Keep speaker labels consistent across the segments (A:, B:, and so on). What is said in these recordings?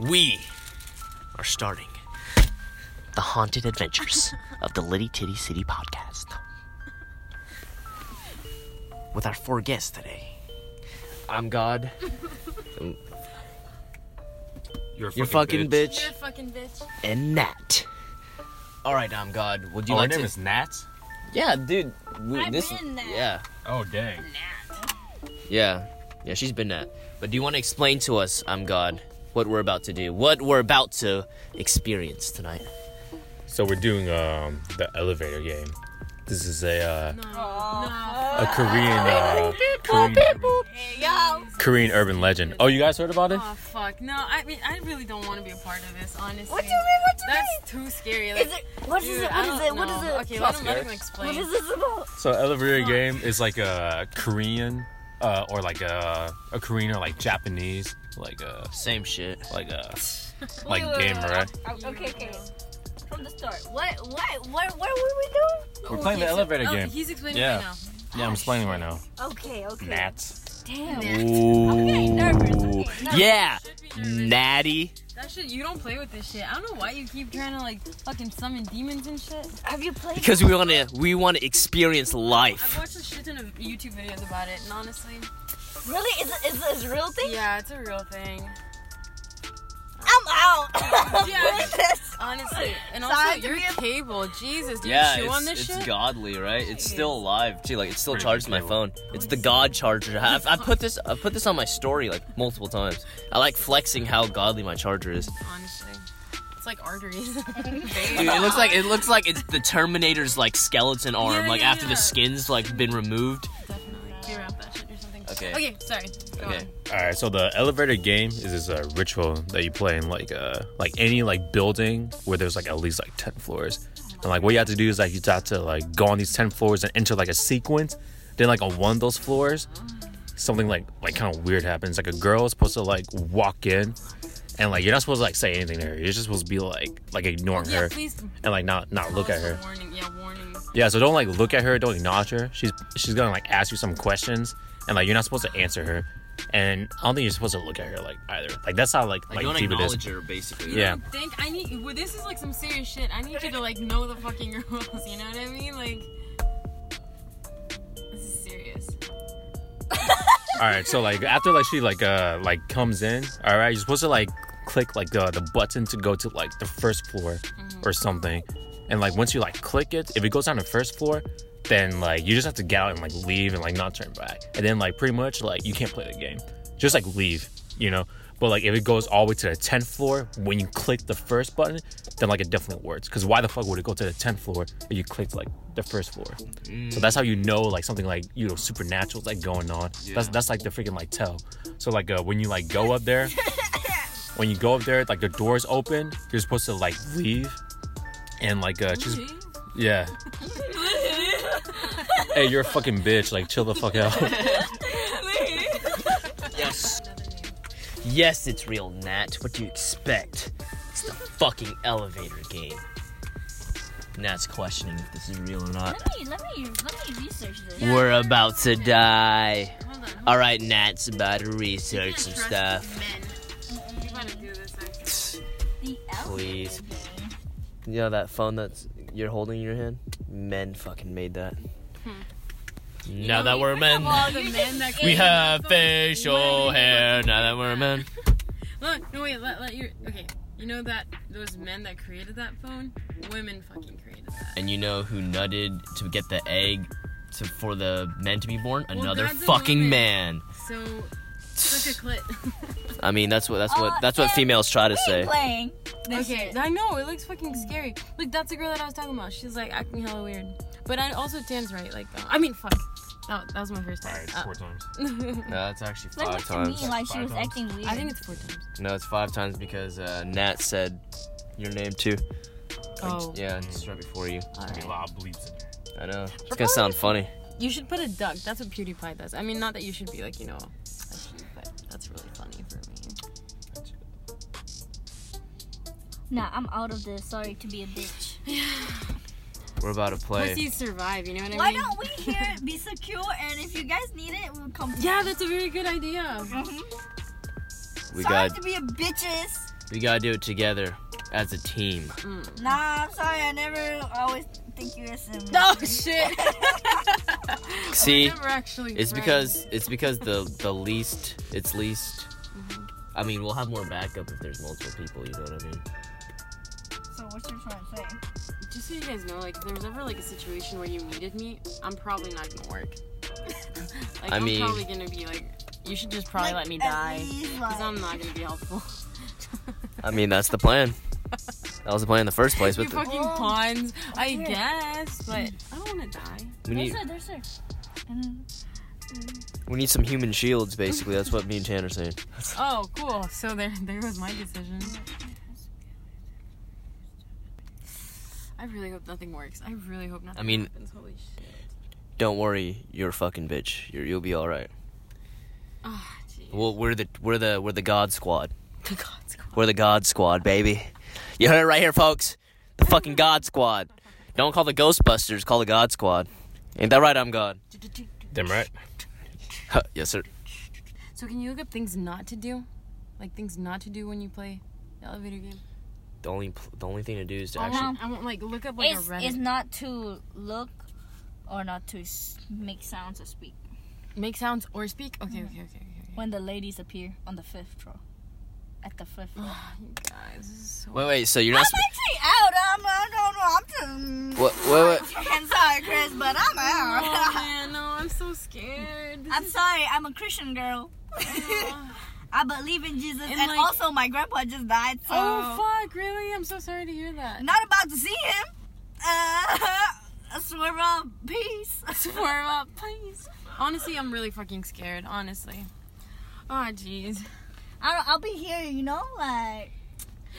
A: We are starting the haunted adventures of the Litty Titty City podcast with our four guests today. I'm God.
B: You're a fucking,
A: You're fucking
B: bitch.
A: bitch.
C: You're a fucking bitch.
A: and Nat. All right, I'm God. Would you
B: Oh, her
A: like
B: name
A: to?
B: is Nat.
A: Yeah, dude. We,
C: I've
A: this,
C: been Nat.
A: Yeah,
B: Oh dang.
A: yeah, yeah. She's been Nat. But do you want to explain to us, I'm God, what we're about to do, what we're about to experience tonight?
B: So we're doing um the elevator game. This is a uh,
C: No.
B: a Korean uh, Korean,
C: Hey, yo.
B: Korean urban legend. Oh, you guys heard about it?
D: Oh fuck! No, I mean I really don't want to be a part of this, honestly.
C: What do you mean? What do you
D: That's too scary.
C: mean?
D: Like,
C: Is it? What is
D: dude,
C: it?
D: I
C: What is
D: don't
C: it? What is
D: know.
C: it?
D: Okay, let him, let him
C: What
D: explain.
C: is this about?
B: So elevator game is like a Korean uh, or like a a Korean or like Japanese like a
A: Same shit.
B: like a like game, right?
C: Okay, okay. From the start. What? What? What? What were
B: We're playing the
D: he's-
B: elevator
D: oh,
B: game.
D: He's explaining
B: Yeah.
D: right now. Oh,
B: Yeah, I'm explaining right now.
C: we doing? Okay, okay.
B: Nat.
C: Damn. Okay, nervous.
B: Ooh.
C: Okay, nervous.
A: Yeah,
D: Should be nervous.
A: Natty.
D: That shit, you don't play with this shit. I don't know why you keep trying to like fucking summon demons and shit.
C: Have you played?
A: Because we wanna we wanna experience
D: I've
A: life.
D: watched a shit ton of YouTube videos about it, and honestly,
C: really? Is it? Is this a real thing?
D: yeah, it's a real thing.
C: I'm out.
D: Yeah.
C: With this.
D: Honestly, and
C: So I
D: also
C: have to
D: your
C: be a-
D: cable, Jesus, do
A: Yeah,
D: you chew
A: it's,
D: on this
A: it's
D: shit?
A: godly, right? It's still alive too. Like it's still
B: Pretty
A: charged in my
B: good.
A: phone. It's the God charger. I've, I put this I put this on my story like multiple times. I like flexing how godly my charger is.
D: honestly, it's like arteries.
A: Dude, it looks like it looks like it's the Terminator's like skeleton arm,
D: Yeah,
A: like
D: yeah,
A: after the
D: yeah.
A: skin's like been removed.
D: Definitely. Can you wrap that shit or something?
A: Okay.
D: Okay, sorry. Go
A: Okay.
D: on.
B: All right, so the elevator game is this uh, ritual that you play in like uh like any like building where there's like at least like ten floors, and like what you have to do is like you have to like go on these ten floors and enter like a sequence. Then like on one of those floors, something like like kind of weird happens. Like a girl is supposed to like walk in, and like you're not supposed to like say anything to her. You're just supposed to be like like ignoring
D: Yeah,
B: her
D: please.
B: and like not not look at her.
D: Warning. Yeah, warning.
B: Yeah, so don't like look at her, don't acknowledge her. She's she's gonna like ask you some questions, and like you're not supposed to answer her, and I don't think you're supposed to look at her like either. Like that's how like like, deep it is.
A: her basically.
B: Yeah.
D: Think I need. Well, this is like some serious shit. I need you to like know the fucking rules. You know what I mean? Like, this is serious.
B: All right, so like after like she like uh like comes in, all right, you're supposed to like click like uh, the the button to go to like the first floor or something, and like once you like click it, if it goes down to first floor. Then like you just have to get out and like leave and like not turn back, and then like pretty much like you can't play the game. Just like leave, you know. But like if it goes all the way to the tenth floor, when you click the first button, then like it definitely works. Cause why the fuck would it go to the tenth floor if you clicked like the first floor? So that's how you know like something like you know supernatural's like going on. That's that's like the freaking like tell. So like uh, when you like go up there, when you go up there, like the doors open, you're supposed to like leave, and like uh, just yeah. hey, you're a fucking bitch. Like chill the fuck out.
A: Yes. Yes, it's real, Nat. What do you expect? It's the fucking elevator game. Nat's questioning if this is real or not.
C: Let me, let me, let me research this.
A: We're about to die.
D: Hold on. Hold on.
A: All right, Nat's about to research some
D: Trust
A: stuff.
D: Men. You gotta do this. Actually.
C: The
A: Please. You know that phone that's you're holding in your hand? Men fucking made that. Now that we're men,
D: All the men that
A: we
D: came
A: have
D: out.
A: facial hair. Now that we're men,
D: Look, no wait. Let, let you. Okay. You know that those men that created that phone, women fucking created that.
A: and you know who nutted to get the egg to for the men to be born?
D: Well,
A: Another
D: God's a
A: fucking
D: woman.
A: man.
D: So, suck a clit.
A: I mean, that's what that's
C: Oh,
A: what that's what
D: Uh,
C: yeah.
A: females try to say.
C: Playing. This
D: Okay,
C: shit.
D: I know it looks fucking scary. Look, that's the girl that I was talking about. She's like acting hella weird, but I also Dan's right. Like, uh, I mean, fuck, that, that was my first time. Uh,
B: times.
A: No, that's actually
C: Like, what do you mean? Like she
B: Five
C: was
B: times.
C: acting weird.
D: I think it's four times.
A: No, it's five times because uh, Nat said your name too.
D: Oh,
A: Yeah, just right before you.
D: all right.
A: I know. It's gonna sound funny.
D: You should put a duck. That's what PewDiePie does. I mean, not that you should be like you know, a sheep, but that's really funny for me.
C: Nah, I'm out of this. Sorry to be a bitch.
A: We're about to play.
D: Pussies survive. You know what I
C: Why
D: mean?
C: don't we here be secure and if you guys need it, we'll come.
D: Yeah, that's a very good idea.
C: Mhm.
A: We
C: Sorry
A: got
C: to be a bitches.
A: We gotta do it together as a team.
D: Mm.
C: Nah, I'm sorry. I never always think you as a
D: Oh shit.
A: See,
D: Never actually.
A: it's
D: friends.
A: because it's because the the least it's least.
D: Mm-hmm.
A: I mean, we'll have more backup if there's multiple people. You know what I mean?
C: So what you trying to say?
D: Just so you guys know, like, if there's ever like a situation where you needed me, I'm probably not gonna work. like,
A: I
D: am
A: mean-
D: probably gonna be like, you should just probably
C: Like,
D: let me
C: at
D: die,
C: least,
D: because I'm
C: like-
D: not gonna be helpful.
A: I mean, that's the plan. That was the plan in the first place.
D: you
A: But the,
D: fucking
C: Oh.
D: pawns, I
C: Yeah.
D: guess, but I don't wanna die.
A: we need
C: There's her.
A: we need some human shields. Basically, that's what me and Tanner are saying.
D: Oh, cool. So there, there was my decision. I really hope nothing works. I really hope nothing.
A: I mean-
D: happens. holy shit.
A: Don't worry, you're a fucking bitch. You're, you'll be all right.
D: Oh, jeez.
A: Well, we're the we're the we're the God Squad.
D: The God Squad.
A: We're the God Squad, baby. You heard it right here, folks. The fucking God Squad. Don't call the Ghostbusters. Call the God Squad. Ain't that right? I'm God.
B: Damn right.
A: Huh, yes, sir.
D: So can you look up things not to do, like things not to do when you play the elevator game?
A: The only pl- the only thing to do is to
C: Uh-huh.
A: actually.
D: I won't like look up like
C: It's,
D: a Reddit.
C: it's not to look or not to s- make sounds or speak.
D: Make sounds or speak. Okay, okay, okay, okay. okay.
C: When the ladies appear on the fifth floor. At the fifth floor.
D: You guys, this is so-
A: Wait, wait. So you're
C: I'm
A: not. Sp-
C: actually out. I'm, I don't know. I'm
A: what? What?
C: just. I'm sorry, Chris, but I'm
D: Oh
C: out.
D: man, no, I'm so scared. This
C: I'm
D: is-
C: sorry. I'm a Christian girl. I believe in Jesus,
D: And,
C: and,
D: like-
C: also my grandpa just died, so
D: oh fuck, really? I'm so sorry to hear that.
C: not about to see him. Uh, swear up, peace.
D: Swear up, please. Honestly, I'm really fucking scared. Honestly. Oh jeez.
C: I don't, I'll be here, you know, like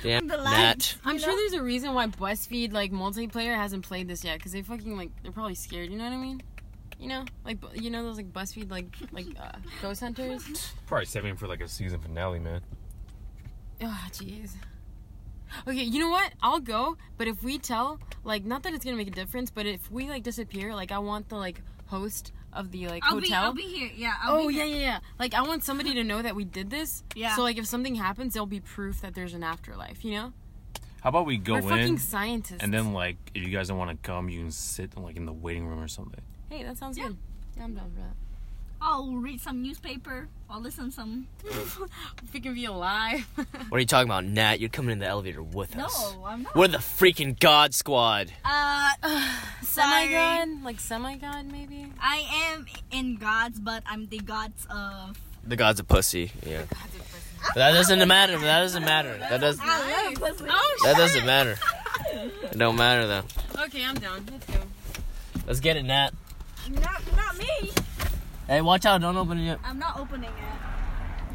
A: Damn,
C: the
A: Nat.
C: lights.
D: I'm
C: you
D: sure
C: know?
D: there's a reason why BuzzFeed like multiplayer hasn't played this yet, cause they fucking like they're probably scared. You know what I mean? You know, like bu- you know those like BuzzFeed like like uh, ghost hunters.
B: Probably saving for like a season finale, man.
D: Oh jeez. Okay, you know what? I'll go, but if we tell, like, not that it's gonna make a difference, but if we like disappear, like, I want the like host of the like
C: I'll be,
D: hotel.
C: I'll be here. Yeah. I'll
D: oh
C: be
D: yeah,
C: here.
D: yeah, yeah. Like, I want somebody to know that we did this.
C: Yeah.
D: So like, if something happens, there'll be proof that there's an afterlife. You know?
B: How about we go
D: We're fucking
B: in
D: scientists.
B: and then like if you guys don't want to come, you can sit like in the waiting room or something.
D: Hey, that sounds good. Yeah, I'm down for that.
C: I'll read some newspaper. I'll listen some.
D: If we can be alive.
A: What are you talking about, Nat? You're coming in the elevator with
C: No,
A: us.
C: I'm not.
A: We're the freaking God Squad.
C: Uh,
D: semi
C: sorry.
D: god, like semi god, maybe.
C: I am in gods, but I'm the gods of.
A: The God's a pussy. Yeah. But that doesn't matter. That doesn't matter. That does. That
C: I love pussy.
A: doesn't matter. It don't matter though.
D: Okay, I'm down. Let's go.
A: Let's get it, Nat.
C: Not, not me.
A: Hey, watch out! Don't open it up.
C: I'm not opening it.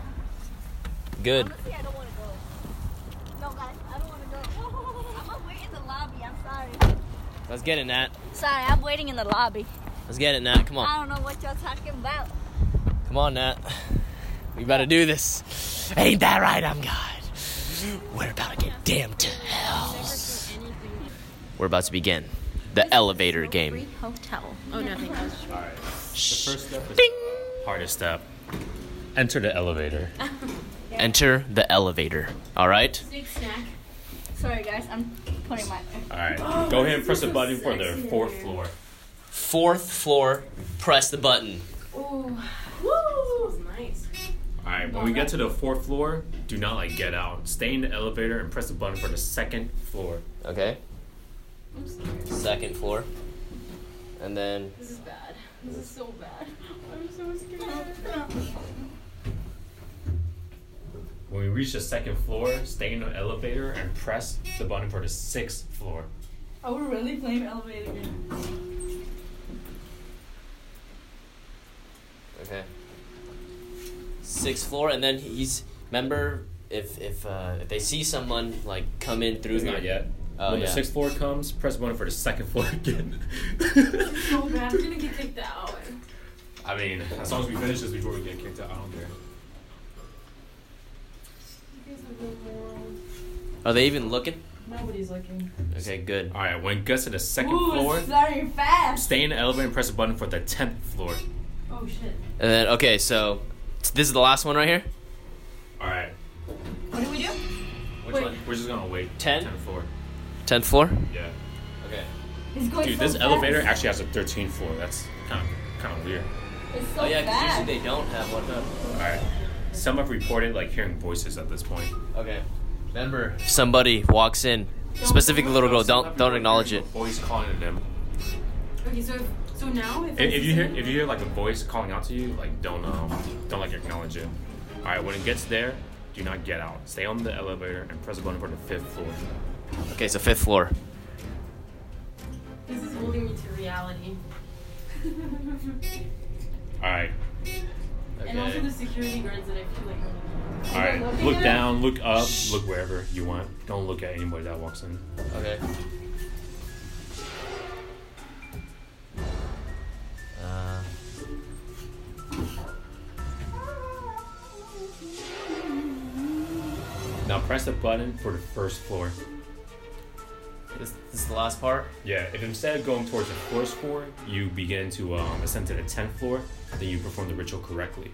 A: Good.
C: Honestly, I don't want to go. No, guys, I don't want to go. I'm gonna wait in the lobby. I'm sorry.
A: Let's get it, Nat.
C: Sorry, I'm waiting in the lobby.
A: Let's get it, Nat. Come on.
C: I don't know what y'all talking about.
A: Come on, Nat. We better do this. Ain't that right, I'm God? We're about to get damned to hell. We're about to begin the elevator game.
C: Hotel.
D: Oh, nothing.
B: First step is hardest step. Enter the elevator.
A: Enter the elevator. All right?
C: Sorry, guys, I'm putting my.
B: All right, go ahead and press the button for the fourth floor.
A: Fourth floor, press the button.
D: Smells nice.
B: All right, when we get to the fourth floor, do not like get out. Stay in the elevator and press the button for the second floor.
A: Okay? Second floor. And then
D: This is bad. This is so bad. I'm so scared.
B: When we reach the second floor, stay in the elevator and press the button for the sixth floor.
D: Oh, we're really playing elevator game.
A: Okay. Sixth floor, and then he's. Remember, if if uh, if they see someone like come in through
B: It's
A: here,
B: not yet.
A: Oh,
B: when
A: yeah.
B: the sixth floor comes, press the button for the second floor again.
D: So bad. Oh, I'm gonna get kicked out.
B: I mean, as long as we finish this before we get kicked out, I don't care.
D: You guys have no morals.
A: Are they even looking?
D: Nobody's looking.
A: Okay, good.
B: All right, when it gets to the second floor,
D: very fast.
B: stay in the elevator and press the button for the tenth floor.
D: Oh shit.
A: And then okay, so this is the last one right here.
B: All right.
D: What do we do?
B: Wait, Which
D: Wait.
B: one? We're just gonna wait.
A: Ten?
B: 10 floor.
A: 10th floor?
B: Yeah.
A: Okay.
C: It's going
B: Dude,
C: so
B: this
C: fast.
B: elevator actually has a 13 floor. That's kind of kind of weird.
C: It's so
A: Oh, yeah, because
C: fast.
A: usually they don't have one.
B: All right. Some have reported like hearing voices at this point.
A: Okay. Remember, if somebody walks in, specifically little girl,
B: Some have
A: don't don't
B: reported
A: acknowledge
B: hearing
A: it.
B: a Voice calling to them.
D: Okay, so if, so now if, I
B: If, if
D: see
B: you hear
D: someone-
B: if you hear like a voice calling out to you, like don't um, don't like acknowledge it. All right. When it gets there, do not get out. Stay on the elevator and press a button for the fifth floor.
A: Okay, so fifth floor.
D: this is holding me to reality,
B: All right.
D: and also the security guards that I feel like. Are
B: All right. Look down. Look up. Look wherever you want. Don't look at anybody that walks in.
A: Okay. Uh,
B: Now press the button for the first floor.
A: this, this is the last part.
B: Yeah, if instead of going towards the first floor, you begin to um, ascend to the 10th floor, then you perform the ritual correctly.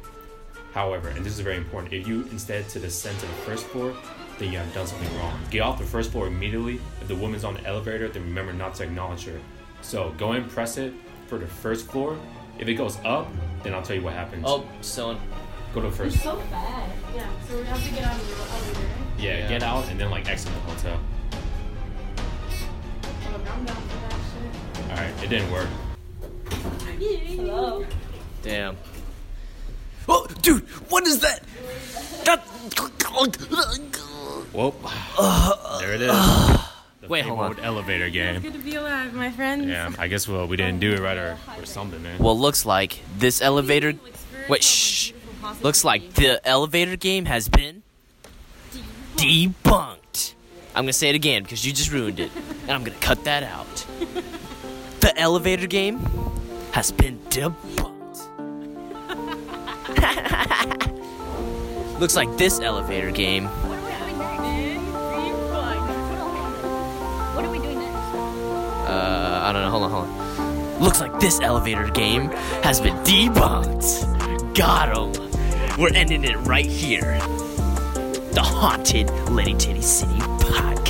B: However, and this is very important, if you instead to descend to the first floor, then you have done something wrong. Get off the first floor immediately. If the woman's on the elevator, then remember not to acknowledge her. So go and press it for the first floor. If it goes up, then I'll tell you what happens.
A: Oh, someone.
B: Go to the first.
C: It's so fast.
D: Yeah, so we have to get out of the elevator.
B: Yeah,
A: Yeah.
B: get out and then like exit the hotel.
D: Look, I'm down for that
B: All right, it didn't work.
D: shit.
C: Hello.
A: Damn. Oh, dude, what is that? God.
B: Whoop. there it is. The
A: Wait, hold
B: fabled
A: on.
B: Elevator game.
D: Good to be alive, my friends.
B: Yeah, I guess well we didn't do it right or, or something, man.
A: Well, looks like this elevator. Wait, shh. Looks like the elevator game has been debunked. I'm gonna say it again because you just ruined it, and I'm gonna cut that out. The elevator game has been debunked. Looks like this elevator game
C: What are we doing next? What are we doing next?
A: Uh, I don't know. Hold on, hold on. Looks like this elevator game has been debunked. Got 'em. We're ending it right here. The Haunted Lady Titty City Podcast.